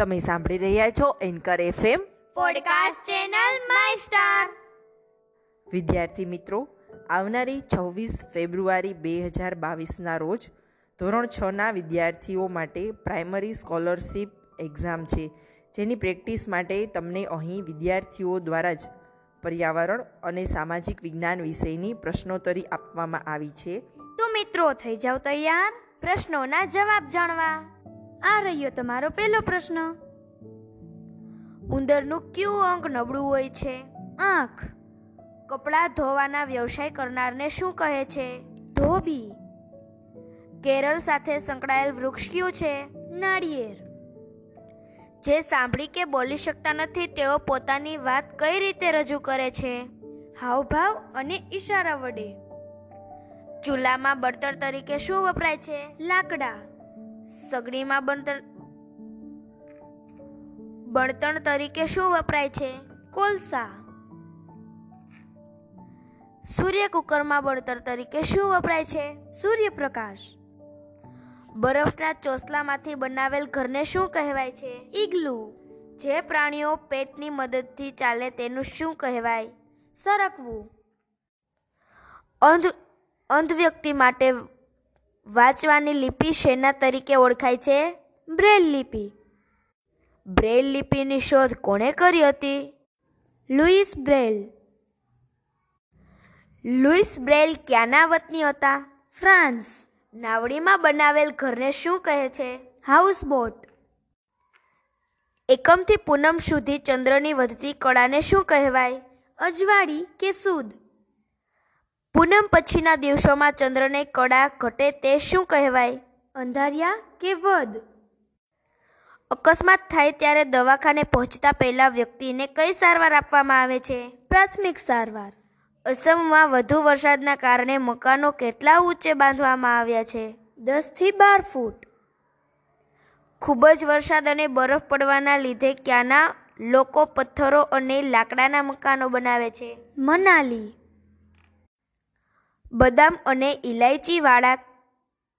તમે સાંભળી રહ્યા છો anchor FM podcast channel my star વિદ્યાર્થી મિત્રો આવનારી છવ્વીસ ફેબ્રુઆરી બે હજાર બાવીસના રોજ ધોરણ છના વિદ્યાર્થીઓ માટે પ્રાઇમરી સ્કોલરશિપ એક્ઝામ છે જેની પ્રેક્ટિસ માટે તમને અહીં વિદ્યાર્થીઓ દ્વારા જ પર્યાવરણ અને સામાજિક વિજ્ઞાન વિષયની પ્રશ્નોત્તરી આપવામાં આવી છે તો મિત્રો થઈ જાવ તૈયાર પ્રશ્નોના જવાબ જાણવા આ રહ્યો તમારો પહેલો પ્રશ્ન ઉંદરનું કયું અંક નબળું હોય છે આંખ કપડાં ધોવાના વ્યવસાય કરનારને શું કહે છે ધોબી કેરળ સાથે સંકળાયેલ વૃક્ષ કયું છે નાળિયેર જે સાંભળી કે બોલી શકતા નથી તેઓ પોતાની વાત કઈ રીતે રજૂ કરે છે હાવભાવ અને ઈશારા વડે ચૂલામાં બળતણ તરીકે શું વપરાય છે લાકડા સગડીમાં બળતણ બળતણ તરીકે શું વપરાય છે કોલસા સૂર્ય કુકરમાં બળતણ તરીકે શું વપરાય છે સૂર્યપ્રકાશ બરફના ચોસલામાંથી બનાવેલ ઘરને શું કહેવાય છે ઈગલુ જે પ્રાણીઓ પેટની મદદથી ચાલે તેનું શું કહેવાય સરકવું અંધ અંધ વ્યક્તિ માટે વાંચવાની લિપિ શેના તરીકે ઓળખાય છે બ્રેલ લિપિ બ્રેલ લિપિની શોધ કોણે કરી હતી લુઈસ બ્રેલ લુઈસ બ્રેલ ક્યાંના વતની હતા ફ્રાન્સ નાવડીમાં બનાવેલ ઘરને શું કહે છે હાઉસ બોટ એકમથી પૂનમ સુધી ચંદ્રની વધતી કળાને શું કહેવાય અજવાળી કે સુદ પૂનમ પછીના દિવસોમાં ચંદ્રને કળા ઘટે તે શું કહેવાય અંધારિયા કે વદ અકસ્માત થાય ત્યારે દવાખાને પહોંચતા પહેલા વ્યક્તિને કઈ સારવાર આપવામાં આવે છે પ્રાથમિક સારવાર અસમમાં વધુ વરસાદના કારણે મકાનો કેટલા ઊંચે બાંધવામાં આવ્યા છે દસથી બાર ફૂટ ખૂબ જ વરસાદ અને બરફ પડવાના લીધે ક્યાંના લોકો પથ્થરો અને લાકડાના મકાનો બનાવે છે મનાલી બદામ અને ઇલાયચીવાળા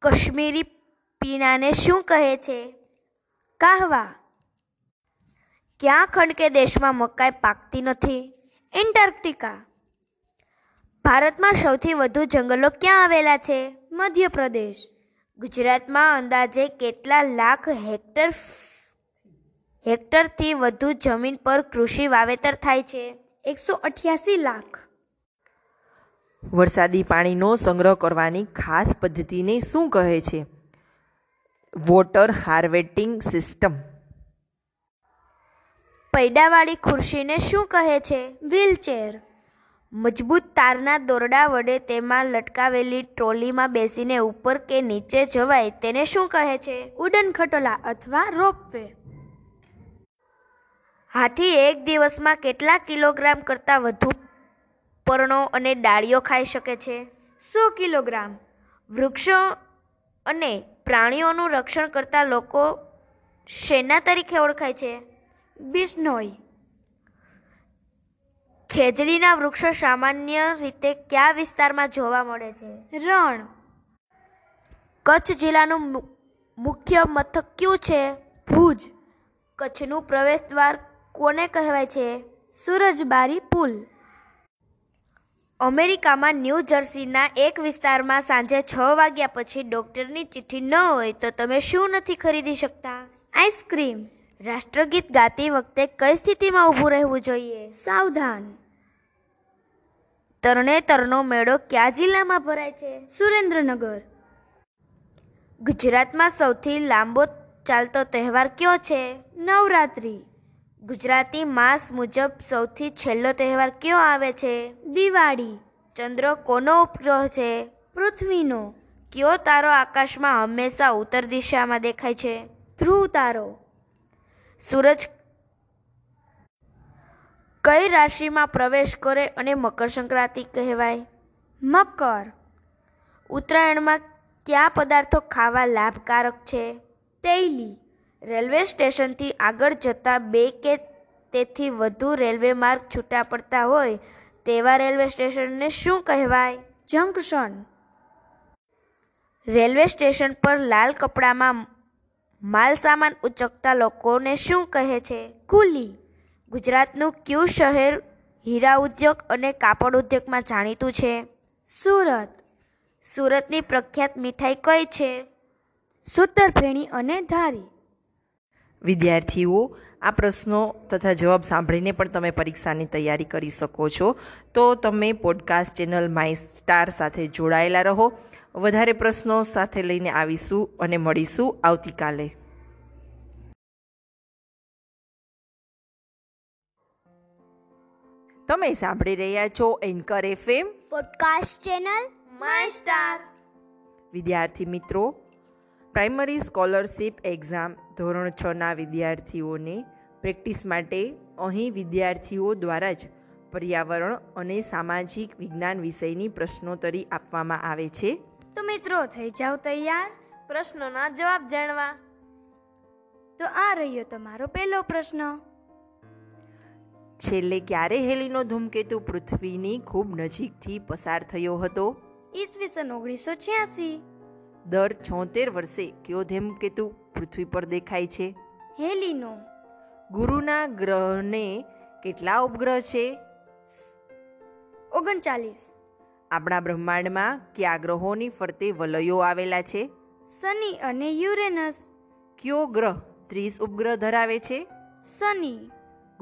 કશ્મીરી પીણાને શું કહે છે કાહવા ક્યાં ખંડ કે દેશમાં મકાઈ પાકતી નથી એન્ટાર્કટિકા ભારતમાં સૌથી વધુ જંગલો ક્યાં આવેલા છે મધ્યપ્રદેશ ગુજરાતમાં અંદાજે કેટલા લાખ હેક્ટર હેક્ટરથી વધુ જમીન પર કૃષિ વાવેતર થાય છે એકસો અઠ્યાસી લાખ વરસાદી પાણીનો સંગ્રહ કરવાની ખાસ પદ્ધતિને શું કહે છે વોટર હાર્વેટિંગ સિસ્ટમ પૈડાવાળી ખુરશીને શું કહે છે વ્હીલચેર મજબૂત તારના દોરડા વડે તેમાં લટકાવેલી ટ્રોલીમાં બેસીને ઉપર કે નીચે જવાય તેને શું કહે છે ઉડન ખટોલા અથવા રોપવે હાથી એક દિવસમાં કેટલા કિલોગ્રામ કરતાં વધુ પર્ણો અને ડાળીઓ ખાઈ શકે છે સો કિલોગ્રામ વૃક્ષો અને પ્રાણીઓનું રક્ષણ કરતા લોકો શેના તરીકે ઓળખાય છે બિશ્નોઈ ખેજડીના વૃક્ષો સામાન્ય રીતે કયા વિસ્તારમાં જોવા મળે છે રણ કચ્છ જિલ્લાનું મુ- મુખ્ય મથક કયું છે ભુજ કચ્છનું પ્રવેશદ્વાર કોને કહેવાય છે સુરજબારી પુલ અમેરિકામાં ન્યૂ જર્સીના એક વિસ્તારમાં સાંજે છ વાગ્યા પછી ડૉક્ટરની ચિઠ્ઠી ન હોય તો તમે શું નથી ખરીદી શકતા આઈસ્ક્રીમ રાષ્ટ્રગીત ગાતી વખતે કઈ સ્થિતિમાં ઊભું રહેવું જોઈએ સાવધાન તરણેતરનો મેળો કયા જિલ્લામાં ભરાય છે સુરેન્દ્રનગર ગુજરાતમાં સૌથી લાંબો ચાલતો તહેવાર કયો છે નવરાત્રિ ગુજરાતી માસ મુજબ સૌથી છેલ્લો તહેવાર કયો આવે છે દિવાળી ચંદ્ર કોનો ઉપગ્રહ છે પૃથ્વીનો કયો તારો આકાશમાં હંમેશા ઉત્તર દિશામાં દેખાય છે ધ્રુવ તારો સૂરજ કઈ રાશિમાં પ્રવેશ કરે અને મકર સંક્રાંતિ કહેવાય મકર ઉત્તરાયણમાં કયા પદાર્થો ખાવા લાભકારક છે તૈલી રેલવે સ્ટેશનથી આગળ જતા બે કે તેથી વધુ રેલવે માર્ગ છૂટા પડતા હોય તેવા રેલવે સ્ટેશનને શું કહેવાય જંકશન રેલવે સ્ટેશન પર લાલ કપડામાં માલ સામાન ઉચકતા લોકોને શું કહે છે કુલી ગુજરાતનું ક્યુ શહેર હીરા ઉદ્યોગ અને કાપડ ઉદ્યોગમાં જાણીતું છે સુરત સુરતની પ્રખ્યાત મીઠાઈ કઈ છે સૂતરફેણી અને ધારી વિદ્યાર્થીઓ આ પ્રશ્નો તથા જવાબ સાંભળીને પણ તમે પરીક્ષાની તૈયારી કરી શકો છો તો તમે પોડકાસ્ટ ચેનલ માય સ્ટાર સાથે જોડાયેલા રહો વધારે પ્રશ્નો સાથે લઈને આવીશું અને મળીશું આવતીકાલે તમે સાંભળી રહ્યા છો anchor FM podcast channel my star વિદ્યાર્થી મિત્રો પ્રાઇમરી સ્કોલરશિપ એક્ઝામ ધોરણ છના વિદ્યાર્થીઓને પ્રેક્ટિસ માટે અહીં વિદ્યાર્થીઓ દ્વારા જ પર્યાવરણ અને સામાજિક વિજ્ઞાન વિષયની પ્રશ્નોત્તરી આપવામાં આવે છે તો મિત્રો થઈ જાઓ તૈયાર પ્રશ્નોના જવાબ જાણવા તો આ રહ્યો તમારો પહેલો પ્રશ્ન છેલ્લે ક્યારે હેલીનો ધૂમકેતુ પૃથ્વીની ખૂબ નજીકથી પસાર થયો હતો ઈસવીસન ઓગણીસો છ્યાસી દર છોતેર વર્ષે કયો ધૂમકેતુ પૃથ્વી પર દેખાય છે હેલીનો ગુરુના ગ્રહને કેટલા ઉપગ્રહ છે ઓગણચાલીસ આપણા બ્રહ્માંડમાં કયા ગ્રહોની ફરતે વલયો આવેલા છે શનિ અને યુરેનસ કયો ગ્રહ ત્રીસ ઉપગ્રહ ધરાવે છે શનિ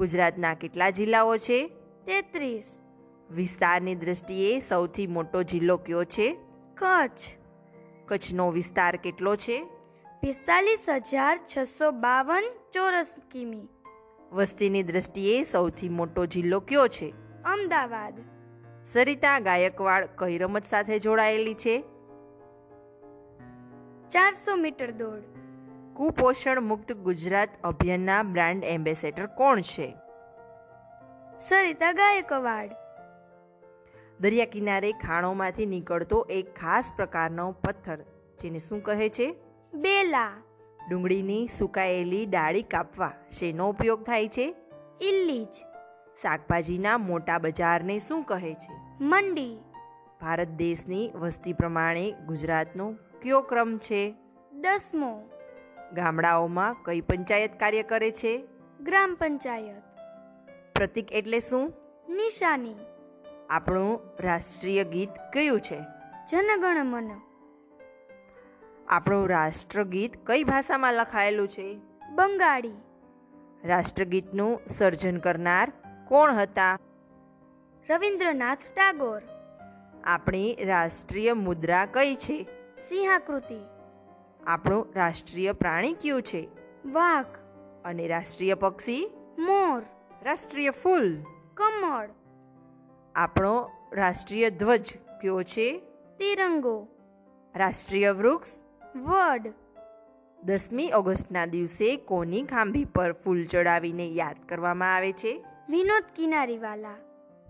ગુજરાતના કેટલા જિલ્લાઓ છે તેત્રીસ વિસ્તારની દ્રષ્ટિએ સૌથી મોટો જિલ્લો કયો છે કચ્છ કચ્છનો વિસ્તાર કેટલો છે પિસ્તાલીસ હજાર છસો બાવન ચોરસ કિમી વસ્તીની દ્રષ્ટિએ સૌથી મોટો જિલ્લો કયો છે અમદાવાદ સરિતા ગાયકવાડ કઈ રમત સાથે જોડાયેલી છે ચારસો મીટર દોડ કુપોષણ મુક્ત ગુજરાત અભિયાનના બ્રાન્ડ એમ્બેસેડર કોણ છે સરિતા ગાયકવાડ દરિયા કિનારે ખાણોમાંથી નીકળતો એક ખાસ પ્રકારનો પથ્થર જેને શું કહે છે બેલા ડુંગળીની સુકાયેલી ડાળી કાપવા શેનો ઉપયોગ થાય છે ઇલ્લીજ શાકભાજીના મોટા બજારને શું કહે છે મંડી ભારત દેશની વસ્તી પ્રમાણે ગુજરાતનો કયો ક્રમ છે દસમો ગામડાઓમાં કઈ પંચાયત કાર્ય કરે છે ગ્રામ પંચાયત પ્રતિક એટલે શું નિશાની આપણું રાષ્ટ્રીય ગીત કયું છે જનગણ મન આપણું રાષ્ટ્રગીત કઈ ભાષામાં લખાયેલું છે બંગાળી રાષ્ટ્રગીતનું સર્જન કરનાર કોણ હતા રવિન્દ્રનાથ ટાગોર આપણી રાષ્ટ્રીય મુદ્રા કઈ છે સિંહાકૃતિ આપણું રાષ્ટ્રીય પ્રાણી કયું છે વાઘ અને રાષ્ટ્રીય પક્ષી મોર રાષ્ટ્રીય ફૂલ કમળ આપણો રાષ્ટ્રીય ધ્વજ કયો છે તિરંગો રાષ્ટ્રીય વૃક્ષ વડ દસમી ઓગસ્ટના દિવસે કોની ખાંભી પર ફૂલ ચડાવીને યાદ કરવામાં આવે છે વિનોદ કિનારીવાલા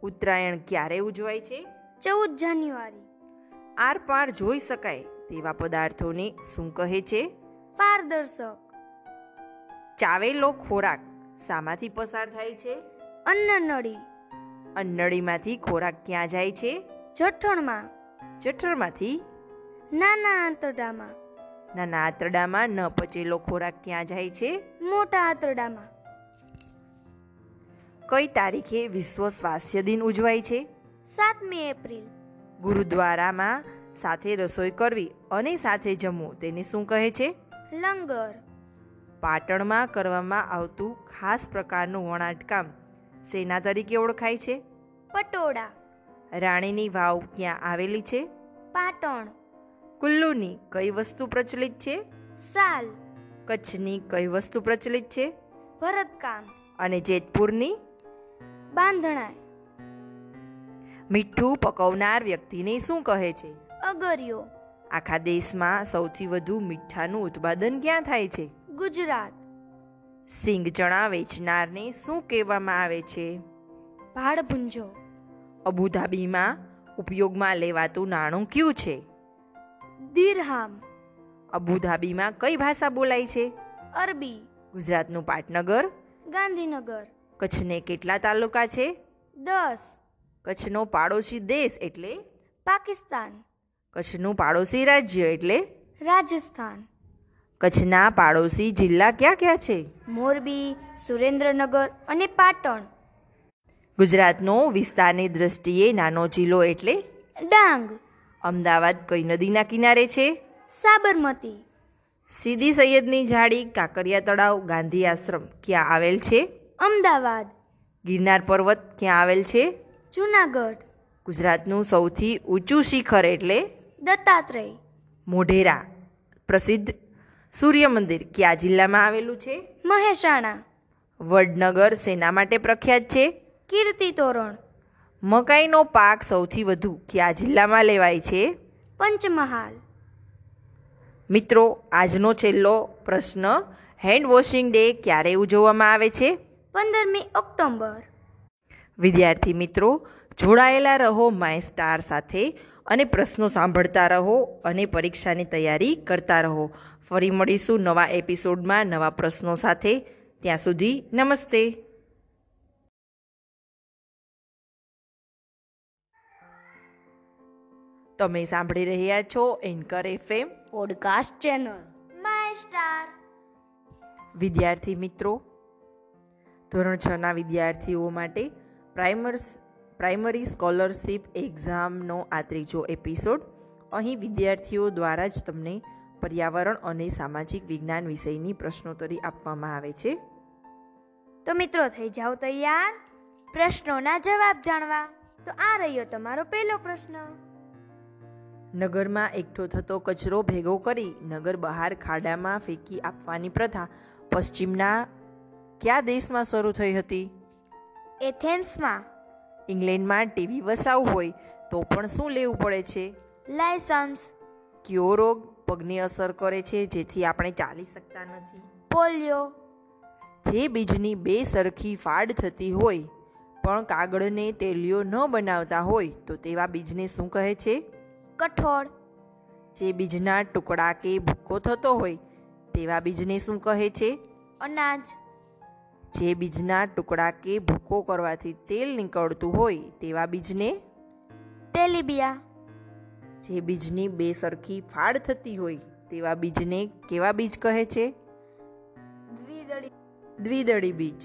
ઉત્તરાયણ ક્યારે ઉજવાય છે ચૌદ જાન્યુઆરી આરપાર જોઈ શકાય તેવા પદાર્થોને શું કહે છે પારદર્શક ચાવેલો ખોરાક શામાંથી પસાર થાય છે અન્નનળી અંડળીમાંથી ખોરાક ક્યાં જાય છે જઠણમાં જઠરમાંથી નાના આંતરડામાં નાના આંતરડામાં ન પચેલો ખોરાક ક્યાં જાય છે મોટા આંતરડામાં કઈ તારીખે વિશ્વ સ્વાસ્થ્ય દિન ઉજવાય છે સાતમી એપ્રિલ ગુરુદ્વારામાં સાથે રસોઈ કરવી અને સાથે જમવું તેને શું કહે છે લંગર પાટણમાં કરવામાં આવતું ખાસ પ્રકારનું વણાટકામ સેના તરીકે ઓળખાય છે પટોળા રાણીની વાવ ક્યાં આવેલી છે પાટણ કુલ્લુની કઈ વસ્તુ પ્રચલિત છે સાલ કચ્છની કઈ વસ્તુ પ્રચલિત છે ભરતકામ અને જેતપુરની બાંધણાય મીઠું પકવનાર વ્યક્તિને શું કહે છે અગરિયો આખા દેશમાં સૌથી વધુ મીઠાનું ઉત્પાદન ક્યાં થાય છે ગુજરાત સિંગ ચણા વેચનારને શું કહેવામાં આવે છે ભાડભુંજો અબુધાબીમાં ઉપયોગમાં લેવાતું નાણું કયું છે દિરહામ અબુધાબીમાં કઈ ભાષા બોલાય છે અરબી ગુજરાતનું પાટનગર ગાંધીનગર કચ્છને કેટલા તાલુકા છે દસ કચ્છનો પાડોશી દેશ એટલે પાકિસ્તાન કચ્છનું પાડોશી રાજ્ય એટલે રાજસ્થાન કચ્છના પાડોશી જિલ્લા ક્યાં ક્યાં છે મોરબી સુરેન્દ્રનગર અને પાટણ ગુજરાતનો વિસ્તારની દ્રષ્ટિએ નાનો જિલ્લો એટલે ડાંગ અમદાવાદ કઈ નદીના કિનારે છે સાબરમતી સીદી સૈયદની જાળી કાંકરિયા તળાવ ગાંધી આશ્રમ ક્યાં આવેલ છે અમદાવાદ ગિરનાર પર્વત ક્યાં આવેલ છે જૂનાગઢ ગુજરાતનું સૌથી ઊંચું શિખર એટલે દત્તાત્રેય મોઢેરા પ્રસિદ્ધ સૂર્ય મંદિર ક્યાં જિલ્લામાં આવેલું છે મહેસાણા વડનગર સેના માટે પ્રખ્યાત છે કીર્તિ તોરણ મકાઈનો પાક સૌથી વધુ ક્યાં જિલ્લામાં લેવાય છે પંચમહાલ મિત્રો આજનો છેલ્લો પ્રશ્ન હેન્ડ વોશિંગ ડે ક્યારે ઉજવવામાં આવે છે પંદરમી ઓક્ટોબર વિદ્યાર્થી મિત્રો જોડાયેલા રહો માય સ્ટાર સાથે અને પ્રશ્નો સાંભળતા રહો અને પરીક્ષાની તૈયારી કરતા રહો ફરી મળીશું નવા એપિસોડમાં નવા પ્રશ્નો સાથે ત્યાં સુધી નમસ્તે તમે સાંભળી રહ્યા છો anchor FM podcast channel my star વિદ્યાર્થી મિત્રો ધોરણ છના વિદ્યાર્થીઓ માટે પ્રાઇમર્સ પ્રાઇમરી સ્કોલરશિપ એક્ઝામનો આ ત્રીજો એપિસોડ અહીં વિદ્યાર્થીઓ દ્વારા જ તમને પર્યાવરણ અને સામાજિક વિજ્ઞાન વિષયની પ્રશ્નોત્તરી આપવામાં આવે છે તો મિત્રો થઈ જાઓ તૈયાર પ્રશ્નોના જવાબ જાણવા તો આ રહ્યો તમારો પહેલો પ્રશ્ન નગરમાં એકઠો થતો કચરો ભેગો કરી નગર બહાર ખાડામાં ફેંકી આપવાની પ્રથા પશ્ચિમના કયા દેશમાં શરૂ થઈ હતી એથેન્સમાં ઇંગ્લેન્ડમાં ટીવી વસાવું હોય તો પણ શું લેવું પડે છે લાયસન્સ કયો રોગ પગને અસર કરે છે જેથી આપણે ચાલી શકતા નથી પોલિયો જે બીજની બે સરખી ફાડ થતી હોય પણ કાગળને તેલીઓ ન બનાવતા હોય તો તેવા બીજને શું કહે છે કઠોળ જે બીજના ટુકડા કે ભૂકો થતો હોય તેવા બીજને શું કહે છે અનાજ જે બીજના ટુકડા કે ભૂકો કરવાથી તેલ નીકળતું હોય તેવા બીજને તેલીબિયા જે બીજની બે સરખી ફાડ થતી હોય તેવા બીજને કેવા બીજ કહે છે દ્વિદળી દ્વિદળી બીજ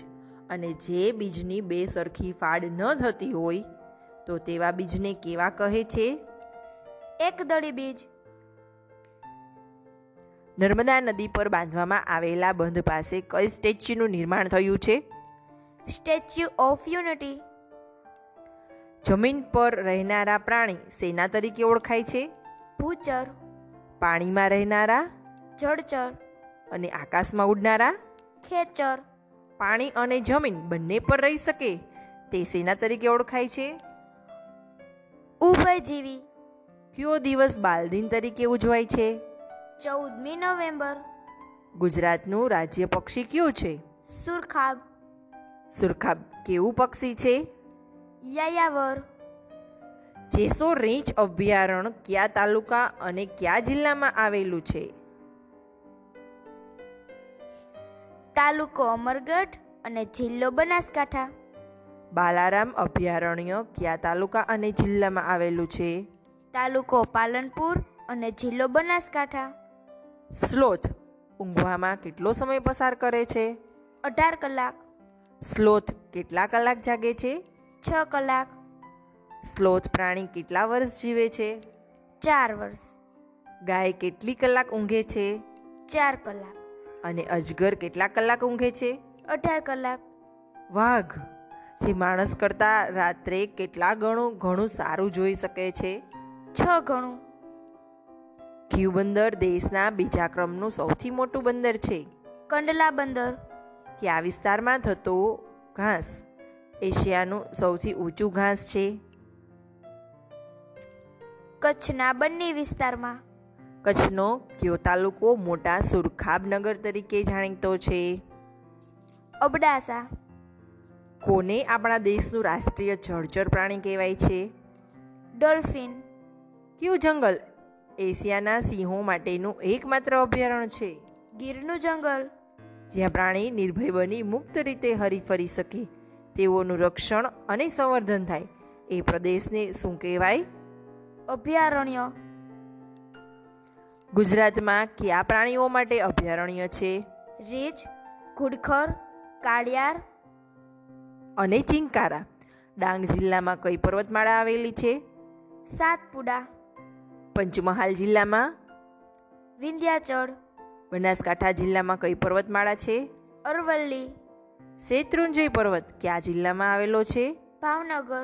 અને જે બીજની બે સરખી ફાડ ન થતી હોય તો તેવા બીજને કેવા કહે છે એકદળી બીજ નર્મદા નદી પર બાંધવામાં આવેલા બંધ પાસે કઈ સ્ટેચ્યુનું નિર્માણ થયું છે સ્ટેચ્યુ ઓફ યુનિટી જમીન પર રહેનારા પ્રાણી સેના તરીકે ઓળખાય છે ભૂચર પાણીમાં રહેનારા જળચર અને આકાશમાં ઉડનારા ખેચર પાણી અને જમીન બંને પર રહી શકે તે સેના તરીકે ઓળખાય છે ઉભયજીવી કયો દિવસ બાલ દિન તરીકે ઉજવાય છે ચૌદમી નવેમ્બર ગુજરાતનું રાજ્ય પક્ષી કયું છે સુરખાબ સુરખાબ કેવું પક્ષી છે યાયાવર જેસો રીંચ અભયારણ્ય કયા તાલુકા અને કયા જિલ્લામાં આવેલું છે તાલુકો અમરગઢ અને જિલ્લો બનાસકાંઠા બાલારામ અભયારણ્ય કયા તાલુકા અને જિલ્લામાં આવેલું છે તાલુકો પાલનપુર અને જિલ્લો બનાસકાંઠા સ્લોથ ઊંઘવામાં કેટલો સમય પસાર કરે છે અઢાર કલાક સ્લોથ કેટલા કલાક જાગે છે છ કલાક સ્લોથ પ્રાણી કેટલા વર્ષ જીવે છે ચાર વર્ષ ગાય કેટલી કલાક ઊંઘે છે ચાર કલાક અને અજગર કેટલા કલાક ઊંઘે છે અઢાર કલાક વાઘ જે માણસ કરતાં રાત્રે કેટલા ગણું ઘણું સારું જોઈ શકે છે છ ગણું ક્યુ બંદર દેશના બીજા ક્રમનું સૌથી મોટું બંદર છે કંડલા બંદર કે આ વિસ્તારમાં થતો ઘાસ એશિયાનું સૌથી ઊંચું ઘાસ છે કચ્છના બંને વિસ્તારમાં કચ્છનો કયો તાલુકો મોટા સુરખાબનગર તરીકે જાણીતો છે અબડાસા કોને આપણા દેશનું રાષ્ટ્રીય જળચર પ્રાણી કહેવાય છે ડોલ્ફિન કયું જંગલ એશિયાના સિંહો માટેનું એકમાત્ર અભયારણ્ય છે ગીરનું જંગલ જ્યાં પ્રાણી નિર્ભય બની મુક્ત રીતે હરીફરી શકે તેઓનું રક્ષણ અને સંવર્ધન થાય એ પ્રદેશને શું કહેવાય અભયારણ્ય ગુજરાતમાં કયા પ્રાણીઓ માટે અભયારણ્ય છે રીંછ ઘુડખર કાળિયાર અને ચિંકારા ડાંગ જિલ્લામાં કઈ પર્વતમાળા આવેલી છે સાતપુડા પંચમહાલ જિલ્લામાં વિંધ્યાચળ બનાસકાંઠા જિલ્લામાં કઈ પર્વતમાળા છે અરવલ્લી શેત્રુંજય પર્વત કયા જિલ્લામાં આવેલો છે ભાવનગર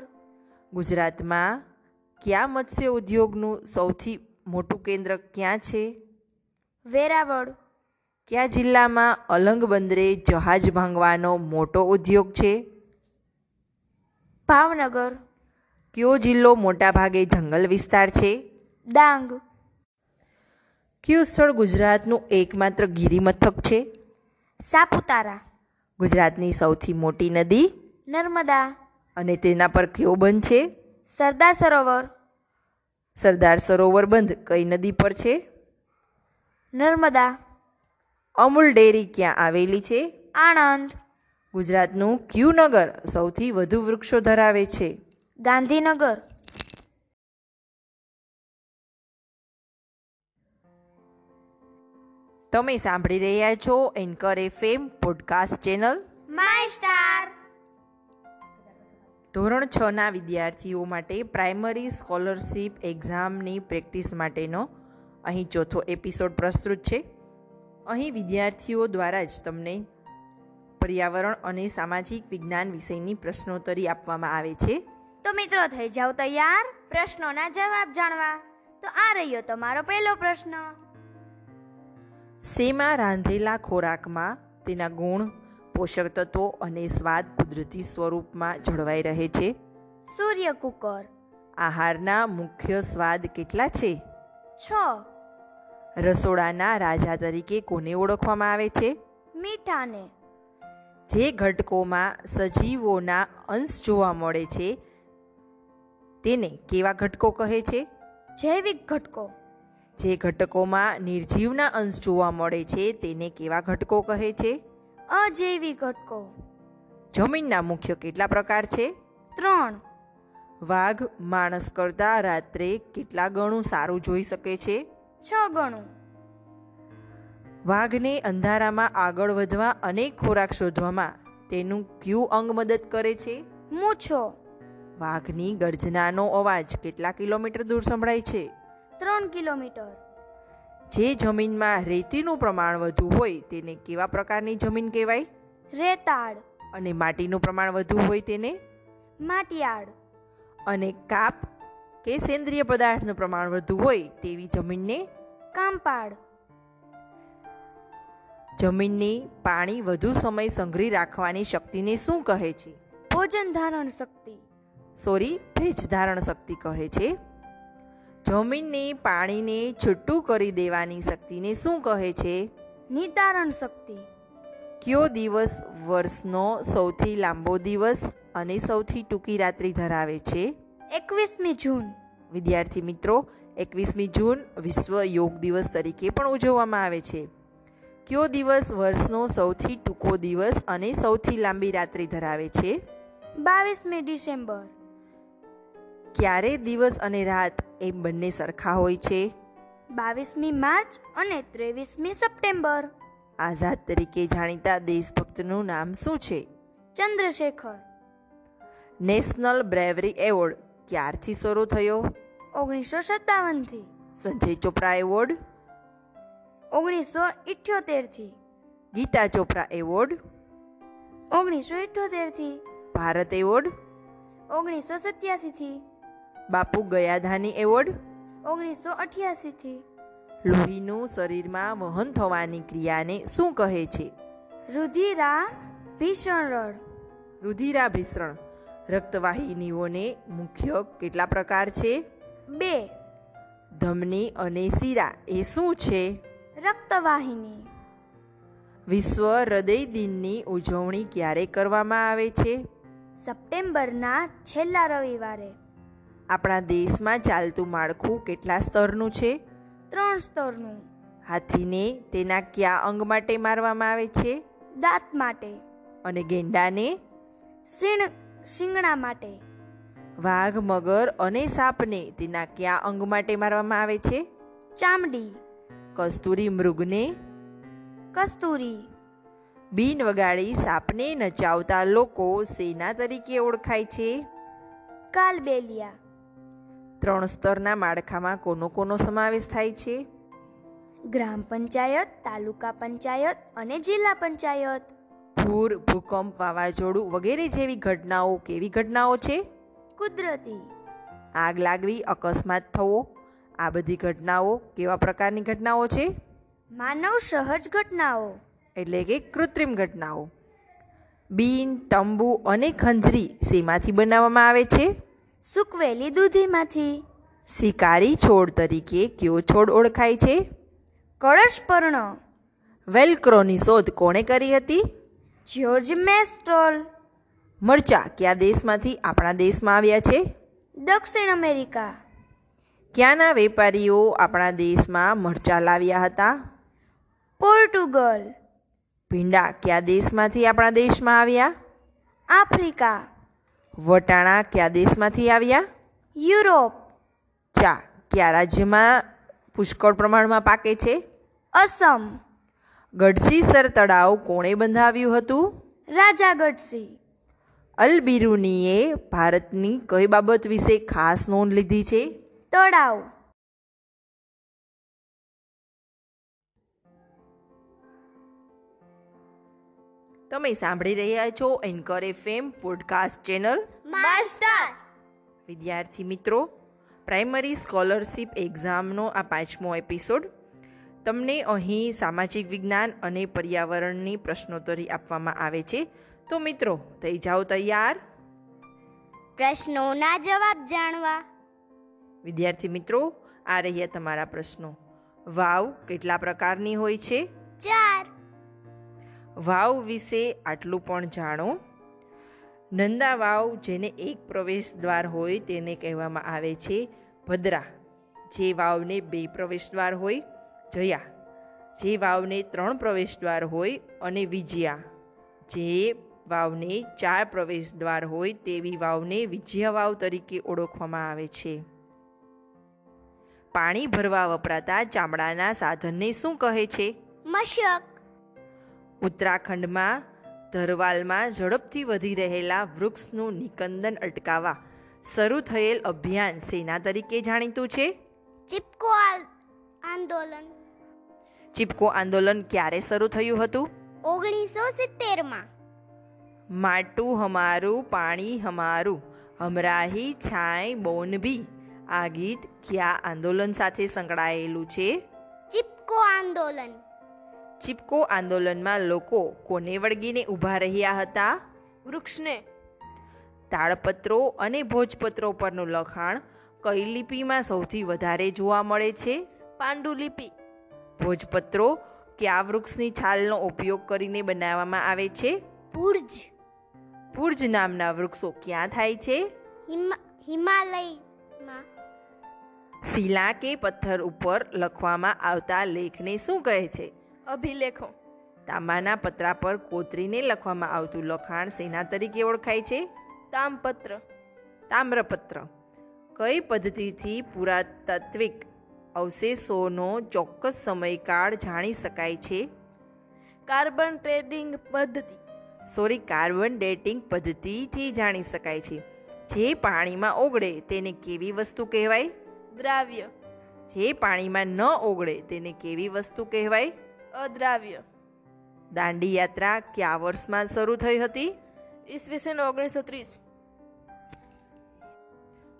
ગુજરાતમાં કયા મત્સ્ય ઉદ્યોગનું સૌથી મોટું કેન્દ્ર ક્યાં છે વેરાવળ કયા જિલ્લામાં અલંગ બંદરે જહાજ ભાંગવાનો મોટો ઉદ્યોગ છે ભાવનગર કયો જિલ્લો મોટાભાગે જંગલ વિસ્તાર છે ડાંગ કયું સ્થળ ગુજરાતનું એકમાત્ર ગિરિમથક છે સાપુતારા ગુજરાતની સૌથી મોટી નદી નર્મદા અને તેના પર કયો બંધ છે સરદાર સરોવર સરદાર સરોવર બંધ કઈ નદી પર છે નર્મદા અમૂલ ડેરી ક્યાં આવેલી છે આણંદ ગુજરાતનું ક્યુ નગર સૌથી વધુ વૃક્ષો ધરાવે છે ગાંધીનગર તમે સાંભળી રહ્યા છો anchor FM podcast channel my star ધોરણ છ ના વિદ્યાર્થીઓ માટે પ્રાઇમરી સ્કોલરશિપ એક્ઝામની પ્રેક્ટિસ માટેનો અહીં ચોથો એપિસોડ પ્રસ્તુત છે અહીં વિદ્યાર્થીઓ દ્વારા જ તમને પર્યાવરણ અને સામાજિક વિજ્ઞાન વિષયની પ્રશ્નોત્તરી આપવામાં આવે છે તો મિત્રો થઈ જાવ તૈયાર પ્રશ્નોના જવાબ જાણવા તો આ રહ્યો તમારો પહેલો પ્રશ્ન શેમાં રાંધેલા ખોરાકમાં તેના ગુણ પોષક તત્વો અને સ્વાદ કુદરતી સ્વરૂપમાં જળવાઈ રહે છે સૂર્ય કુકર આહારના મુખ્ય સ્વાદ કેટલા છે છ રસોડાના રાજા તરીકે કોને ઓળખવામાં આવે છે મીઠાને જે ઘટકોમાં સજીવોના અંશ જોવા મળે છે તેને કેવા ઘટકો કહે છે જૈવિક ઘટકો જે ઘટકોમાં નિર્જીવના અંશ જોવા મળે છે તેને કેવા ઘટકો કહે છે અજૈવિક ઘટકો જમીનના મુખ્ય કેટલા પ્રકાર છે ત્રણ વાઘ માણસ કરતાં રાત્રે કેટલા ગણું સારું જોઈ શકે છે છ ગણું વાઘને અંધારામાં આગળ વધવા અને ખોરાક શોધવામાં તેનું ક્યુ અંગ મદદ કરે છે મૂછો વાઘની ગર્જનાનો અવાજ કેટલા કિલોમીટર દૂર સંભળાય છે ત્રણ કિલોમીટર જે જમીનમાં રેતીનું પ્રમાણ વધુ હોય તેને કેવા પ્રકારની જમીન કહેવાય રેતાળ અને માટીનું પ્રમાણ વધુ હોય તેને માટીયાળ અને કાપ કે સેન્દ્રિય પદાર્થનું પ્રમાણ વધુ હોય તેવી જમીનને કામપાડ જમીનની પાણી વધુ સમય સંઘરી રાખવાની શક્તિને શું કહે છે ભોજન ધારણ શક્તિ સોરી ભેજ ધારણ શક્તિ કહે છે જમીનને પાણીને છૂટું કરી દેવાની શક્તિને શું કહે છે નિતારણ શક્તિ કયો દિવસ વર્ષનો સૌથી લાંબો દિવસ અને સૌથી ટૂંકી રાત્રિ ધરાવે છે એકવીસમી જૂન વિદ્યાર્થી મિત્રો એકવીસમી જૂન વિશ્વ યોગ દિવસ તરીકે પણ ઉજવવામાં આવે છે કયો દિવસ વર્ષનો સૌથી ટૂંકો દિવસ અને સૌથી લાંબી રાત્રિ ધરાવે છે બાવીસમી ડિસેમ્બર ક્યારે દિવસ અને રાત એ બંને સરખા હોય છે બાવીસમી માર્ચ અને ત્રેવીસમી સપ્ટેમ્બર આઝાદ તરીકે જાણીતા દેશભક્તનું નામ શું છે ચંદ્રશેખર નેશનલ બ્રેવરી એવોર્ડ ક્યારથી શરૂ થયો ઓગણીસો સત્તાવનથી સંજય ચોપરા એવોર્ડ ઓગણીસો ઇઠ્યોતેરથી ગીતા ચોપરા એવોર્ડ ઓગણીસો ઇઠ્યોતેરથી ભારત એવોર્ડ ઓગણીસો સત્યાસીથી બાપુ ગયાધાની એવોર્ડ ઓગણીસો અઠ્યાસીથી લોહીનું શરીરમાં વહન થવાની ક્રિયાને શું કહે છે રુધિરા ભીષણ રડ રુધિરાભિસરણ રક્તવાહિનીઓને મુખ્ય કેટલા પ્રકાર છે બે ધમની અને શીરા એ શું છે રક્તવાહિની વિશ્વ હૃદય દિનની ઉજવણી ક્યારે કરવામાં આવે છે સપ્ટેમ્બરના છેલ્લા રવિવારે આપણા દેશમાં ચાલતું માળખું કેટલા સ્તરનું છે ત્રણ સ્તરનું હાથીને તેના કયા અંગ માટે મારવામાં આવે છે દાંત માટે અને ગેંડાને શીણ શિંગણા માટે વાઘ મગર અને સાપને તેના કયા અંગ માટે મારવામાં આવે છે ચામડી કસ્તુરી મૃગને કસ્તુરી બીન વગાડી સાપને નચાવતા લોકો સેના તરીકે ઓળખાય છે કાલબેલિયા ત્રણ સ્તરના માળખામાં કોનો કોનો સમાવેશ થાય છે ગ્રામ પંચાયત તાલુકા પંચાયત અને જિલ્લા પંચાયત પૂર ભૂકંપ વાવાઝોડું વગેરે જેવી ઘટનાઓ કેવી ઘટનાઓ છે કુદરતી આગ લાગવી અકસ્માત થવો આ બધી ઘટનાઓ કેવા પ્રકારની ઘટનાઓ છે માનવ સહજ ઘટનાઓ એટલે કે કૃત્રિમ ઘટનાઓ બીન તંબુ અને ખંજરી શેમાંથી બનાવવામાં આવે છે સૂકવેલી દૂધીમાંથી શિકારી છોડ તરીકે કયો છોડ ઓળખાય છે કળશ પર્ણો વેલ્ક્રોની શોધ કોણે કરી હતી જ્યોર્જ મેસ્ટ્રોલ મરચાં કયા દેશમાંથી આપણા દેશમાં આવ્યા છે દક્ષિણ અમેરિકા ક્યાંના વેપારીઓ આપણા દેશમાં મરચાં લાવ્યા હતા પોર્ટુગલ ભીંડા કયા દેશમાંથી આપણા દેશમાં આવ્યા આફ્રિકા વટાણા કયા દેશમાંથી આવ્યા યુરોપ ચા કયા રાજ્યમાં પુષ્કળ પ્રમાણમાં પાકે છે અસમ ગઢસીસર તળાવ કોણે બંધાવ્યું હતું રાજા ગઢસિંહ અલ બિરુનીએ ભારતની કઈ બાબત વિશે ખાસ નોંધ લીધી છે તળાવ તમે સાંભળી રહ્યા છો anchor FM podcast channel master વિદ્યાર્થી મિત્રો પ્રાઇમરી સ્કોલરશિપ એક્ઝામનો આ પાંચમો એપિસોડ તમને અહીં સામાજિક વિજ્ઞાન અને પર્યાવરણની પ્રશ્નોત્તરી આપવામાં આવે છે તો મિત્રો થઈ જાઓ તૈયાર પ્રશ્નોના જવાબ જાણવા વિદ્યાર્થી મિત્રો આ રહ્યા તમારા પ્રશ્નો વાવ કેટલા પ્રકારની હોય છે ચાર વાવ વિશે આટલું પણ જાણો નંદા વાવ જેને એક પ્રવેશ દ્વાર હોય તેને કહેવામાં આવે છે ભદ્રા જે વાવને બે પ્રવેશ દ્વાર હોય જયા જે વાવને ત્રણ પ્રવેશ દ્વાર હોય અને વિજયા જે વાવને ચાર પ્રવેશ દ્વાર હોય તેવી વાવને વિજયા વાવ તરીકે ઓળખવામાં આવે છે પાણી ભરવા વપરાતા ચામડાના સાધનને શું કહે છે મશક ઉત્તરાખંડમાં ધરવાલમાં ઝડપથી વધી રહેલા વૃક્ષનું નિકંદન અટકાવવા શરૂ થયેલ અભિયાન સેના તરીકે જાણીતું છે ચિપકો આંદોલન ચીપકો આંદોલન ક્યારે શરૂ થયું હતું ઓગણીસો સિત્તેરમાં માટું હમારું પાણી હમારું હમરાહી છાંય બોનભી આ ગીત કયા આંદોલન સાથે સંકળાયેલું છે ચિપકો આંદોલન ચીપકો આંદોલનમાં લોકો કોને વળગીને ઊભા રહ્યા હતા વૃક્ષને તાળપત્રો અને ભોજપત્રો પરનું લખાણ કઈ લિપિમાં સૌથી વધારે જોવા મળે છે પાંડુલિપિ ભોજપત્રો કયા વૃક્ષની છાલનો ઉપયોગ કરીને બનાવવામાં આવે છે પૂર્જ પૂર્જ નામના વૃક્ષો ક્યાં થાય છે હિમાલયમાં શિલા કે પથ્થર ઉપર લખવામાં આવતા લેખને શું કહે છે અભિલેખો તાંબાના પતરા પર કોતરીને લખવામાં આવતું લખાણ સેના તરીકે ઓળખાય છે તામપત્ર તામ્રપત્ર કઈ પદ્ધતિથી પુરાતાત્વિક અવશેષોનો ચોક્કસ સમયકાળ જાણી શકાય છે કાર્બન ટ્રેડિંગ પદ્ધતિ સોરી કાર્બન ડેટિંગ પદ્ધતિથી જાણી શકાય છે જે પાણીમાં ઓગળે તેને કેવી વસ્તુ કહેવાય દ્રાવ્ય જે પાણીમાં ન ઓગળે તેને કેવી વસ્તુ કહેવાય અદ્રાવ્ય દાંડી યાત્રા કયા વર્ષમાં શરૂ થઈ હતી ઈસવીસન ઓગણીસો ત્રીસ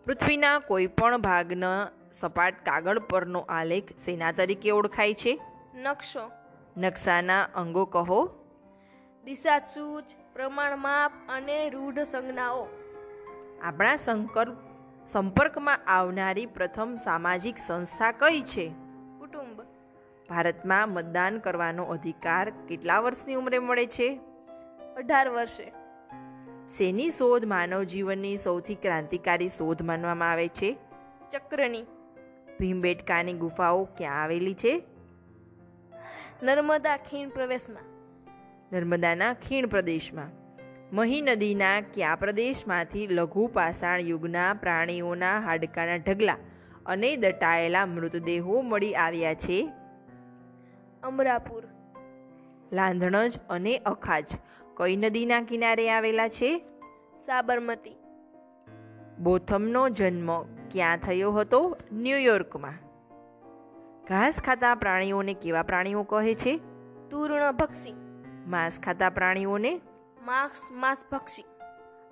પૃથ્વીના કોઈપણ ભાગના સપાટ કાગળ પરનો આલેખ સેના તરીકે ઓળખાય છે નકશો નકશાના અંગો કહો દિશા સૂચ પ્રમાણ માપ અને રૂઢ સંજ્ઞાઓ આપણા સંકલ્પ સંપર્કમાં આવનારી પ્રથમ સામાજિક સંસ્થા કઈ છે કુટુંબ ભારતમાં મતદાન કરવાનો અધિકાર કેટલા વર્ષની ઉંમરે મળે છે અઢાર વર્ષે શેની શોધ માનવ જીવનની સૌથી ક્રાંતિકારી શોધ માનવામાં આવે છે ચક્રની ભીમબેટકાની ગુફાઓ ક્યાં આવેલી છે નર્મદા ખીણ પ્રવેશમાં નર્મદાના ખીણ પ્રદેશમાં મહી નદીના કયા પ્રદેશમાંથી લઘુ પાષાણ યુગના પ્રાણીઓના હાડકાના ઢગલા અને દટાયેલા મૃતદેહો મળી આવ્યા છે અમરાપુર લાંધણજ અને અખાજ કઈ નદીના કિનારે આવેલા છે સાબરમતી બોથમનો જન્મ ક્યાં થયો હતો ન્યૂયોર્કમાં ઘાસ ખાતા પ્રાણીઓને કેવા પ્રાણીઓ કહે છે તૂર્ણભક્ષી માંસ ખાતા પ્રાણીઓને માંસ માંસભક્ષી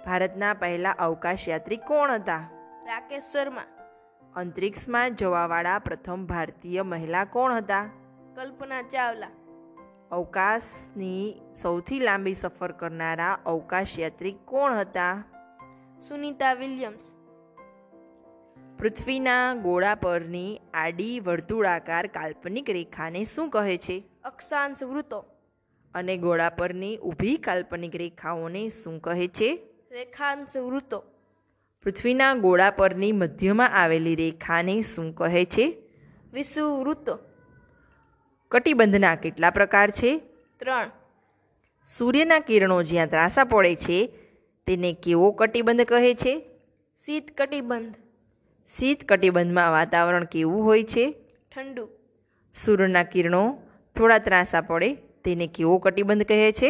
ભારતના પહેલા અવકાશયાત્રી કોણ હતા રાકેશ શર્મા અંતરિક્ષમાં જવાવાળા પ્રથમ ભારતીય મહિલા કોણ હતા કલ્પના ચાવલા અવકાશની સૌથી લાંબી સફર કરનારા અવકાશયાત્રી કોણ હતા સુનિતા વિલિયમ્સ પૃથ્વીના ગોળા પરની આડી વર્તુળાકાર કાલ્પનિક રેખાને શું કહે છે અક્ષાંશ વૃતો અને ગોળા પરની ઊભી કાલ્પનિક રેખાઓને શું કહે છે રેખાંશ વૃતો પૃથ્વીના ગોળા પરની મધ્યમાં આવેલી રેખાને શું કહે છે વિષુવૃતો કટિબંધના કેટલા પ્રકાર છે ત્રણ સૂર્યના કિરણો જ્યાં ત્રાસા પડે છે તેને કેવો કટિબંધ કહે છે શીત કટિબંધ શીત કટિબંધમાં વાતાવરણ કેવું હોય છે ઠંડુ સૂર્યના કિરણો થોડા ત્રાસા પડે તેને કેવો કટિબંધ કહે છે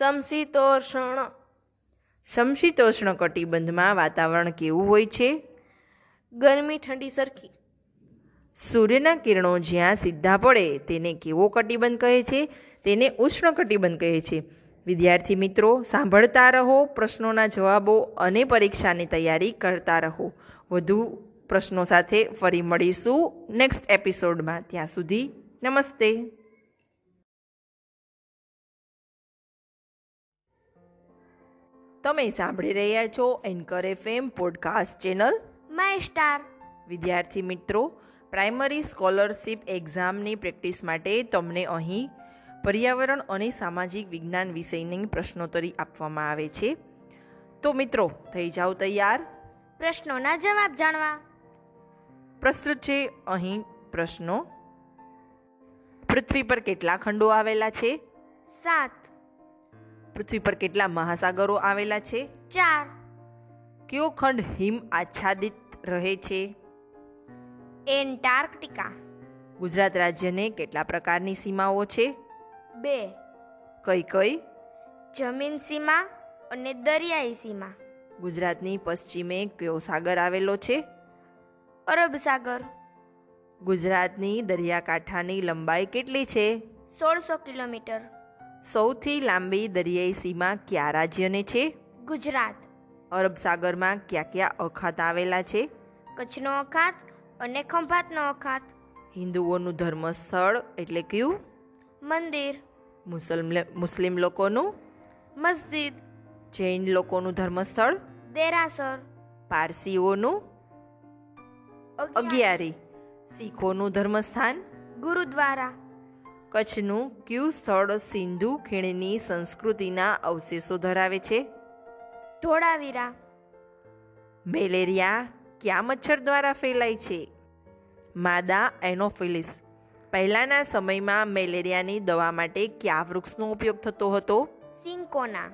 સમશીતોષણ સમશીતોષ્ણ કટિબંધમાં વાતાવરણ કેવું હોય છે ગરમી ઠંડી સરખી સૂર્યના કિરણો જ્યાં સીધા પડે તેને કેવો કટિબંધ કહે છે તેને ઉષ્ણ કટિબંધ કહે છે વિદ્યાર્થી મિત્રો સાંભળતા રહો પ્રશ્નોના જવાબો અને પરીક્ષાની તૈયારી કરતા રહો વધુ પ્રશ્નો સાથે ફરી મળીશું નેક્સ્ટ એપિસોડમાં ત્યાં સુધી નમસ્તે તમે સાંભળી રહ્યા છો anchor FM podcast channel my star વિદ્યાર્થી મિત્રો પ્રાઇમરી સ્કોલરશિપ એક્ઝામની પ્રેક્ટિસ માટે તમને અહીં પર્યાવરણ અને સામાજિક વિજ્ઞાન વિષયની પ્રશ્નોત્તરી આપવામાં આવે છે તો મિત્રો થઈ જાઓ તૈયાર પ્રશ્નોના જવાબ જાણવા પ્રસ્તુત છે અહીં પ્રશ્નો પૃથ્વી પર કેટલા ખંડો આવેલા છે સાત પૃથ્વી પર કેટલા મહાસાગરો આવેલા છે ચાર કયો ખંડ હિમ આચ્છાદિત રહે છે એન્ટાર્કટિકા ગુજરાત રાજ્યને કેટલા પ્રકારની સીમાઓ છે બે કઈ કઈ જમીન સીમા અને દરિયાઈ સીમા ગુજરાતની પશ્ચિમે કયો સાગર આવેલો છે અરબ સાગર ગુજરાતની દરિયાકાંઠાની લંબાઈ કેટલી છે સોળસો કિલોમીટર સૌથી લાંબી દરિયાઈ સીમા કયા રાજ્યને છે ગુજરાત અરબ સાગરમાં કયા કયા અખાત આવેલા છે કચ્છનો અખાત અને ખંભાતનો અખાત હિન્દુઓનું ધર્મ સ્થળ એટલે કયું મંદિર મુસલમ મુસ્લિમ લોકોનું મસ્જિદ જૈન લોકોનું ધર્મ સ્થળ દેરાસર પારસીઓનું અગિયારી શીખોનું ધર્મસ્થાન ગુરુદ્વારા કચ્છનું ક્યુ સ્થળ સિંધુ ખીણની સંસ્કૃતિના અવશેષો ધરાવે છે ધોળાવીરા મેલેરિયા કયા મચ્છર દ્વારા ફેલાય છે માદા એનોફિલિસ પહેલાંના સમયમાં મેલેરિયાની દવા માટે કયા વૃક્ષનો ઉપયોગ થતો હતો સિંકોના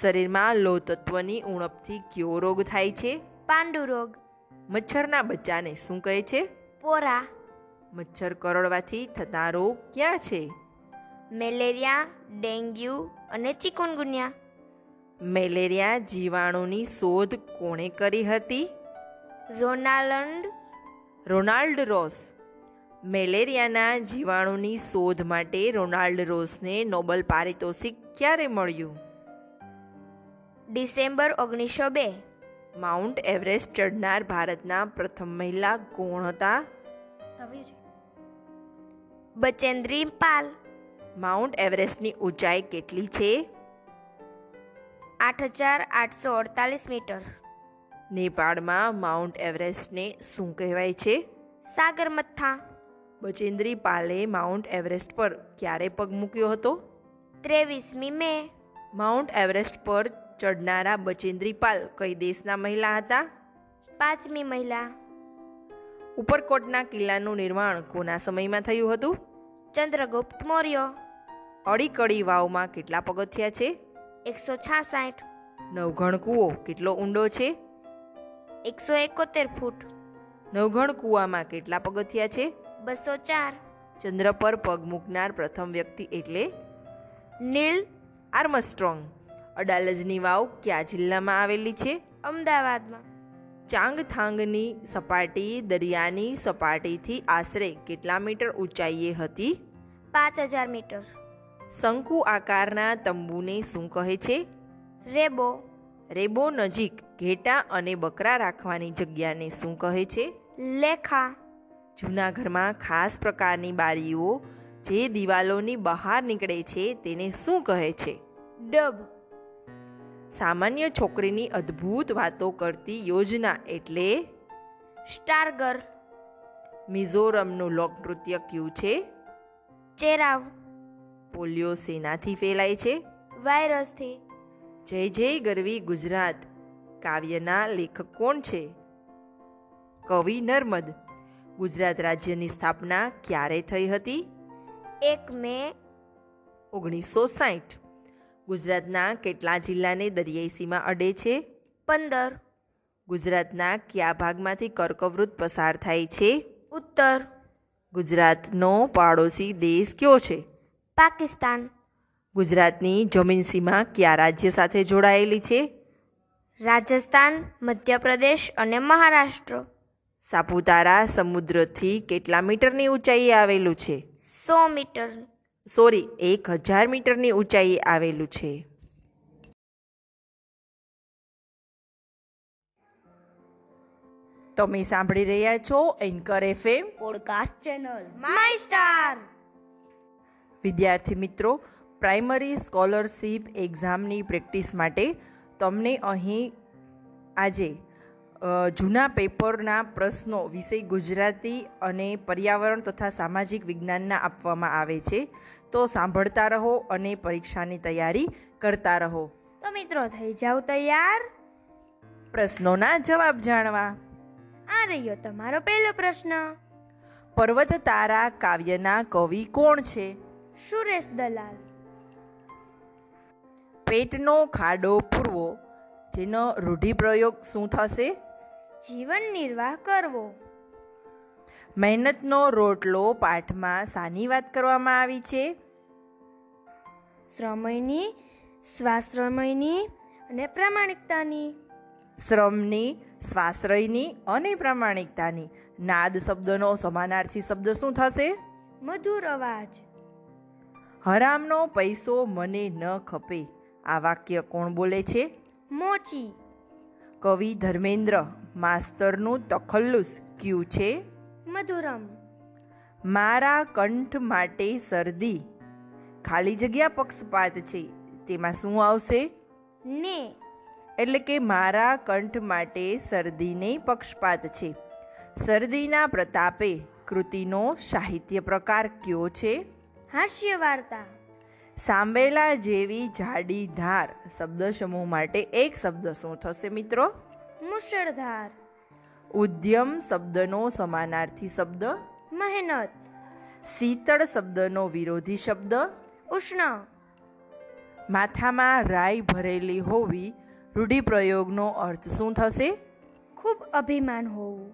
શરીરમાં લોહ તત્વની ઉણપથી કયો રોગ થાય છે પાંડુરોગ મચ્છરના બચ્ચાને શું કહે છે પોરા મચ્છર કરડવાથી થતા રોગ ક્યાં છે મેલેરિયા ડેન્ગ્યુ અને ચિકુનગુનિયા મેલેરિયા જીવાણુની શોધ કોણે કરી હતી રોનાલન્ડ રોનાલ્ડ રોસ મેલેરિયાના જીવાણુની શોધ માટે રોનાલ્ડ રોસને નોબલ પારિતોષિક ક્યારે મળ્યું ડિસેમ્બર ઓગણીસો બે માઉન્ટ એવરેસ્ટ ચડનાર ભારતના પ્રથમ મહિલા કોણ હતા બચેન્દ્રી પાલ માઉન્ટ એવરેસ્ટની ઊંચાઈ કેટલી છે આઠ હજાર આઠસો અડતાલીસ મીટર નેપાળમાં માઉન્ટ એવરેસ્ટને શું કહેવાય છે સાગરમથા બચેન્દ્રી પાલે માઉન્ટ એવરેસ્ટ પર ક્યારે પગ મૂક્યો હતો ત્રેવીસમી મે માઉન્ટ એવરેસ્ટ પર ચડનારા બચેન્દ્રી પાલ કઈ દેશના મહિલા હતા પાંચમી મહિલા ઉપરકોટના કિલ્લાનું નિર્માણ કોના સમયમાં થયું હતું ચંદ્રગુપ્ત મૌર્ય અડીકડી વાવમાં કેટલા પગથિયા છે એકસો છાસઠ નવઘણ કૂવો કેટલો ઊંડો છે એકસો એકોતેર ફૂટ નવઘણ કૂવામાં કેટલા પગથિયા છે બસો ચાર ચંદ્ર પર પગ મૂકનાર પ્રથમ વ્યક્તિ એટલે નીલ આર્મસ્ટ્રોંગ અડાલજની વાવ કયા જિલ્લામાં આવેલી છે અમદાવાદમાં ચાંગથાંગની સપાટી દરિયાની સપાટીથી આશરે કેટલા મીટર ઊંચાઈએ હતી પાંચ હજાર મીટર શંકુ આકારના તંબુને શું કહે છે રેબો રેબો નજીક ઘેટા અને બકરા રાખવાની જગ્યાને શું કહે છે લેખા જૂના ઘરમાં ખાસ પ્રકારની બારીઓ જે દિવાલોની બહાર નીકળે છે તેને શું કહે છે ડબ સામાન્ય છોકરીની અદ્ભુત વાતો કરતી યોજના એટલે સ્ટારગર મિઝોરમનું લોકનૃત્ય કયું છે ચેરાવ પોલિયો સેનાથી ફેલાય છે વાયરસથી જય જય ગરવી ગુજરાત કાવ્યના લેખક કોણ છે કવિ નર્મદ ગુજરાત રાજ્યની સ્થાપના ક્યારે થઈ હતી એક મે ઓગણીસો સાઠ ગુજરાતના કેટલા જિલ્લાને દરિયાઈ સીમા અડે છે પંદર ગુજરાતના કયા ભાગમાંથી કર્કવૃત પસાર થાય છે ઉત્તર ગુજરાતનો પાડોશી દેશ કયો છે પાકિસ્તાન ગુજરાતની જમીન સીમા કયા રાજ્ય સાથે જોડાયેલી છે રાજસ્થાન મધ્યપ્રદેશ અને મહારાષ્ટ્ર સાપુતારા સમુદ્રથી કેટલા મીટરની ઊંચાઈએ આવેલું છે સો મીટર સોરી એક હજાર મીટરની ઊંચાઈએ આવેલું છે તમે સાંભળી રહ્યા છો anchor FM podcast channel my star વિદ્યાર્થી મિત્રો પ્રાઇમરી સ્કોલરશીપ એક્ઝામની પ્રેક્ટિસ માટે તમને અહીં આજે અ, જૂના પેપરના પ્રશ્નો વિષય ગુજરાતી અને પર્યાવરણ તથા સામાજિક વિજ્ઞાનના આપવામાં આવે છે તો સાંભળતા રહો અને પરીક્ષાની તૈયારી કરતા રહો તો મિત્રો થઈ જાવ તૈયાર પ્રશ્નોના જવાબ જાણવા આ રહ્યો તમારો પહેલો પ્રશ્ન પર્વત તારા કાવ્યના કવિ કોણ છે સુરેશ દલાલ પેટનો ખાડો પૂરવો જેનો રૂઢિપ્રયોગ શું થશે જીવન નિર્વાહ કરવો મહેનતનો રોટલો પાઠમાં સાની વાત કરવામાં આવી છે શ્રમયની સ્વાશ્રમયની અને પ્રામાણિકતાની શ્રમની સ્વાશ્રયની અને પ્રામાણિકતાની નાદ શબ્દનો સમાનાર્થી શબ્દ શું થશે મધુર અવાજ હરામનો પૈસો મને ન ખપે આ વાક્ય કોણ બોલે છે મોચી કવિ ધર્મેન્દ્ર માસ્તરનું તખલ્લુસ ક્યુ છે મધુરમ મારા કંઠ માટે શરદી ખાલી જગ્યા પક્ષપાત છે તેમાં શું આવશે ને એટલે કે મારા કંઠ માટે શરદીને પક્ષપાત છે શરદીના પ્રતાપે કૃતિનો સાહિત્ય પ્રકાર કયો છે હાસ્ય વાર્તા સાંભેલા જેવી જાડી ધાર શબ્દ સમૂહ માટે એક શબ્દ શું થશે મિત્રો મુશળધાર ઉદ્યમ શબ્દનો સમાનાર્થી શબ્દ મહેનત શીતળ શબ્દનો વિરોધી શબ્દ ઉષ્ણ માથામાં રાઈ ભરેલી હોવી રૂઢિપ્રયોગનો અર્થ શું થશે ખૂબ અભિમાન હોવું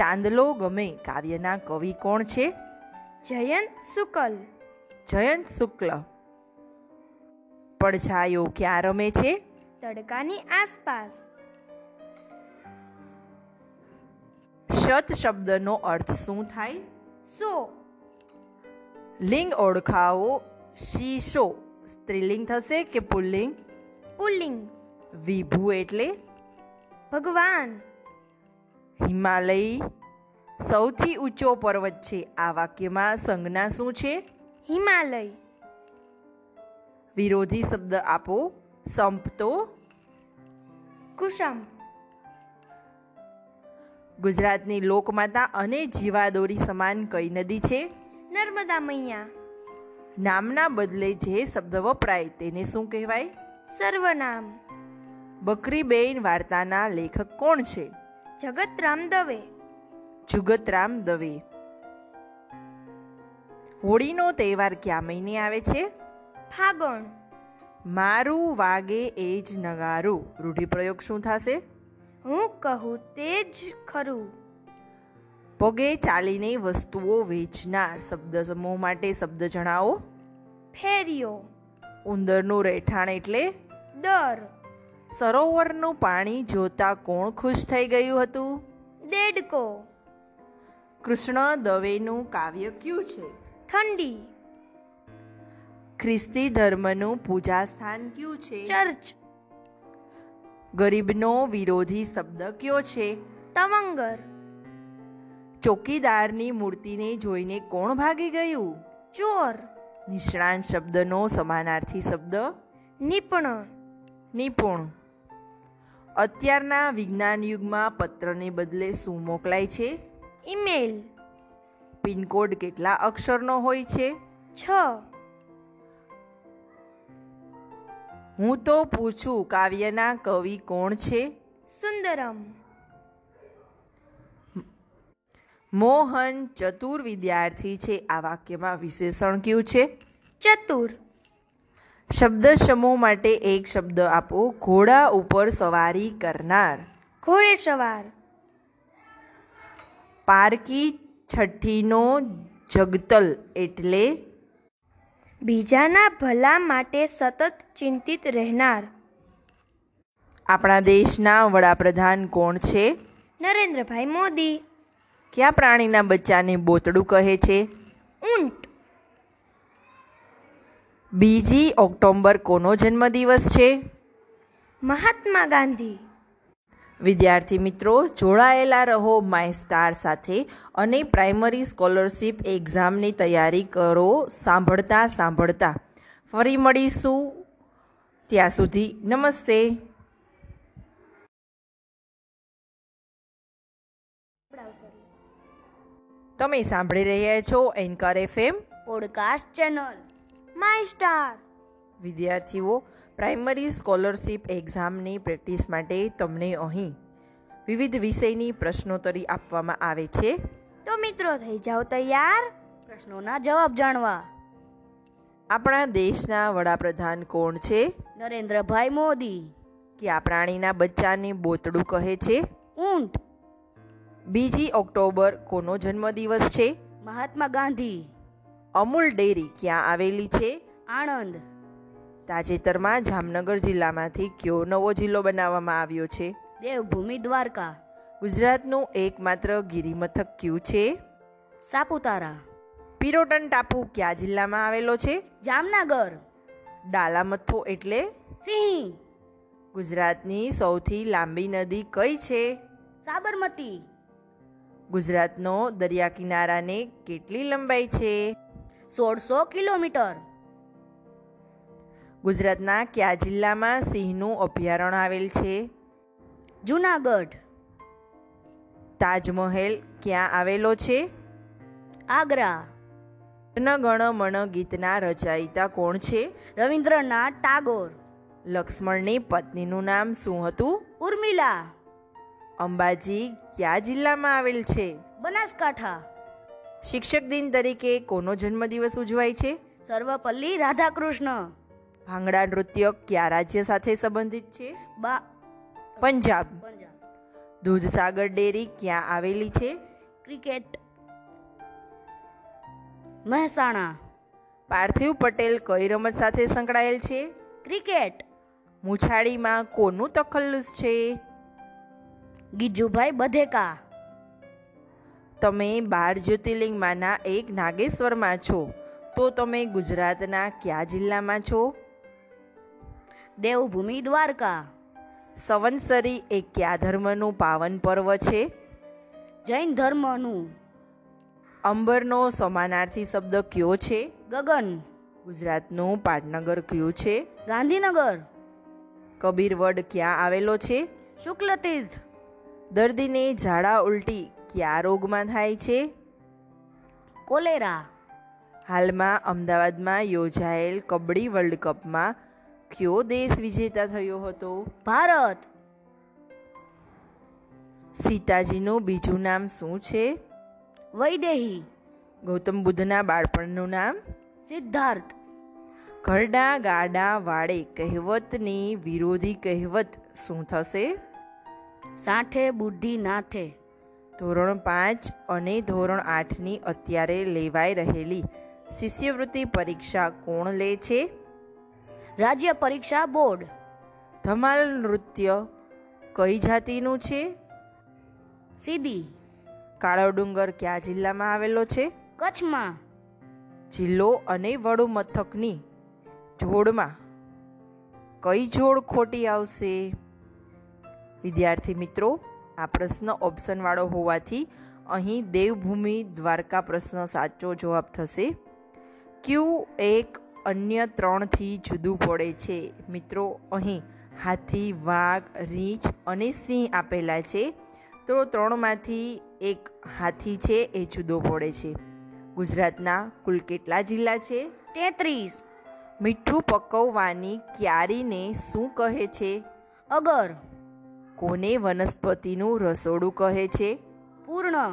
ચાંદલો ગમે કાવ્યના કવિ કોણ છે જયંત શુકલ જયંત શુક્લ પડછાયો ક્યાં રમે છે તડકાની આસપાસ શત શબ્દનો અર્થ શું થાય સો લિંગ ઓળખાવો શીશો સ્ત્રીલિંગ થશે કે પુલ્લિંગ પુલ્લિંગ વિભુ એટલે ભગવાન હિમાલય સૌથી ઊંચો પર્વત છે આ વાક્યમાં સંજ્ઞા શું છે હિમાલય વિરોધી શબ્દ આપો સંપતો કુસમ ગુજરાતની લોકમાતા અને જીવાદોરી સમાન કઈ નદી છે નર્મદા મૈયા નામના બદલે જે શબ્દ વપરાય તેને શું કહેવાય સર્વનામ બકરીબેન વાર્તાના લેખક કોણ છે જગતરામ દવે જુગતરામ દવે હોળીનો તહેવાર કયા મહિને આવે છે ફાગણ મારું વાગે એ જ નગારું રૂઢિપ્રયોગ શું થશે હું કહું તે જ ખરું પગે ચાલીને વસ્તુઓ વેચનાર શબ્દ સમૂહ માટે શબ્દ જણાવો ફેરિયો ઉંદરનું રહેઠાણ એટલે દર સરોવરનું પાણી જોતા કોણ ખુશ થઈ ગયું હતું દેડકો કૃષ્ણ દવેનું કાવ્ય કયું છે ઠંડી ખ્રિસ્તી ધર્મનું પૂજા સ્થાન કયું છે ચર્ચ ગરીબનો વિરોધી શબ્દ કયો છે તવંગર ચોકીદારની મૂર્તિને જોઈને કોણ ભાગી ગયું ચોર નિષ્ણાંત શબ્દનો સમાનાર્થી શબ્દ નિપણ નિપુણ અત્યારના વિજ્ઞાન યુગમાં પત્રને બદલે શું મોકલાય છે ઈમેલ પિનકોડ કેટલા અક્ષરનો હોય છે છ હું તો પૂછું કાવ્યના કવિ કોણ છે સુંદરમ મોહન ચતુર વિદ્યાર્થી છે આ વાક્યમાં વિશેષણ કયું છે ચતુર શબ્દ સમૂહ માટે એક શબ્દ આપો ઘોડા ઉપર સવારી કરનાર ઘોડે સવાર પારકી છઠ્ઠીનો જગતલ એટલે બીજાના ભલા માટે સતત ચિંતિત રહેનાર આપણા દેશના વડાપ્રધાન કોણ છે નરેન્દ્રભાઈ મોદી કયા પ્રાણીના બચ્ચાને બોતડું કહે છે ઊંટ બીજી ઓક્ટોબર કોનો જન્મદિવસ છે મહાત્મા ગાંધી વિદ્યાર્થી મિત્રો જોડાયેલા રહો માય સ્ટાર સાથે અને પ્રાઇમરી સ્કોલરશિપ એક્ઝામની તૈયારી કરો સાંભળતા સાંભળતા ફરી મળીશું ત્યાં સુધી નમસ્તે તમે સાંભળી રહ્યા છો anchor FM podcast channel my star વિદ્યાર્થીઓ પ્રાઇમરી સ્કોલરશિપ એક્ઝામની પ્રેક્ટિસ માટે તમને અહીં વિવિધ વિષયની પ્રશ્નોત્તરી આપવામાં આવે છે તો મિત્રો થઈ જાઓ તૈયાર પ્રશ્નોના જવાબ જાણવા આપણા દેશના વડાપ્રધાન કોણ છે નરેન્દ્રભાઈ મોદી કે આ પ્રાણીના બચ્ચાને બોતડું કહે છે ઊંટ બીજી ઓક્ટોબર કોનો જન્મદિવસ છે મહાત્મા ગાંધી અમૂલ ડેરી ક્યાં આવેલી છે આણંદ તાજેતરમાં જામનગર જિલ્લામાંથી કયો નવો જિલ્લો બનાવવામાં આવ્યો છે દેવભૂમિ દ્વારકા ગુજરાતનું એકમાત્ર ગિરિમથક કયું છે સાપુતારા પિરોટન ટાપુ કયા જિલ્લામાં આવેલો છે જામનગર ડાલામથ્થો એટલે સિંહ ગુજરાતની સૌથી લાંબી નદી કઈ છે સાબરમતી ગુજરાતનો દરિયા કિનારાને કેટલી લંબાઈ છે સોળસો કિલોમીટર ગુજરાતના કયા જિલ્લામાં સિંહનું અભયારણ્ય આવેલ છે જુનાગઢ તાજમહેલ ક્યાં આવેલો છે આગ્રા ન ગણ મણ ગીતના રચયિતા કોણ છે રવિન્દ્રનાથ ટાગોર લક્ષ્મણની પત્નીનું નામ શું હતું ઉર્મિલા અંબાજી કયા જિલ્લામાં આવેલ છે બનાસકાંઠા શિક્ષક દિન તરીકે કોનો જન્મદિવસ ઉજવાય છે સર્વપલ્લી રાધાકૃષ્ણ ભાંગડા નૃત્ય કયા રાજ્ય સાથે સંબંધિત છે બા પંજાબ પંજાબ દૂધસાગર ડેરી ક્યાં આવેલી છે ક્રિકેટ મહેસાણા પાર્થિવ પટેલ કઈ રમત સાથે સંકળાયેલ છે ક્રિકેટ મુછાડીમાં કોનું તખલ્લુસ છે ગીજુભાઈ બધેકા તમે બાર જ્યોતિર્લિંગમાંના એક નાગેશ્વરમાં છો તો તમે ગુજરાતના કયા જિલ્લામાં છો દેવભૂમિ દ્વારકા સંવત્સરી એ કયા ધર્મનું પાવન પર્વ છે જૈન ધર્મનું અંબરનો સમાનાર્થી શબ્દ કયો છે ગગન ગુજરાતનું પાટનગર કયું છે ગાંધીનગર કબીર વડ ક્યાં આવેલો છે શુક્લતીર્થ દર્દીને ઝાડા ઉલટી કયા રોગમાં થાય છે કોલેરા હાલમાં અમદાવાદમાં યોજાયેલ કબડ્ડી વર્લ્ડ કપમાં કયો દેશ વિજેતા થયો હતો ભારત સીતાજીનું બીજું નામ શું છે વૈદેહી ગૌતમ બુદ્ધના બાળપણનું નામ સિદ્ધાર્થ ઘરડા ગાડા વાળે કહેવતની વિરોધી કહેવત શું થશે સાઠે બુદ્ધિ નાથે ધોરણ પાંચ અને ધોરણ આઠની અત્યારે લેવાઈ રહેલી શિષ્યવૃત્તિ પરીક્ષા કોણ લે છે રાજ્ય પરીક્ષા બોર્ડ ધમાલ નૃત્ય કઈ જાતિનું છે સીધી કાળો ડુંગર કયા જિલ્લામાં આવેલો છે કચ્છમાં જિલ્લો અને વડુમથકની જોડમાં કઈ જોડ ખોટી આવશે વિદ્યાર્થી મિત્રો આ પ્રશ્ન ઓપ્શનવાળો હોવાથી અહીં દેવભૂમિ દ્વારકા પ્રશ્ન સાચો જવાબ થશે ક્યુ એક અન્ય ત્રણથી જુદું પડે છે મિત્રો અહીં હાથી વાઘ રીંછ અને સિંહ આપેલા છે તો ત્રણમાંથી એક હાથી છે એ જુદો પડે છે ગુજરાતના કુલ કેટલા જિલ્લા છે તેત્રીસ મીઠું પકવવાની ક્યારીને શું કહે છે અગર કોને વનસ્પતિનું રસોડું કહે છે પૂર્ણ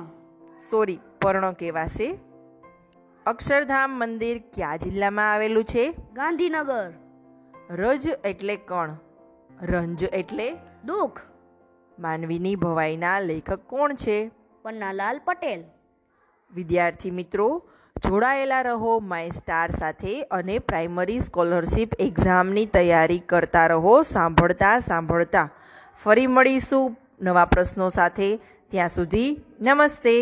સોરી પર્ણ કહેવાશે અક્ષરધામ મંદિર કયા જિલ્લામાં આવેલું છે ગાંધીનગર રજ એટલે કણ રંજ એટલે દુઃખ માનવીની ભવાઈના લેખક કોણ છે પન્નાલાલ પટેલ વિદ્યાર્થી મિત્રો જોડાયેલા રહો માય સ્ટાર સાથે અને પ્રાઇમરી સ્કોલરશિપ એક્ઝામની તૈયારી કરતા રહો સાંભળતા સાંભળતા ફરી મળીશું નવા પ્રશ્નો સાથે ત્યાં સુધી નમસ્તે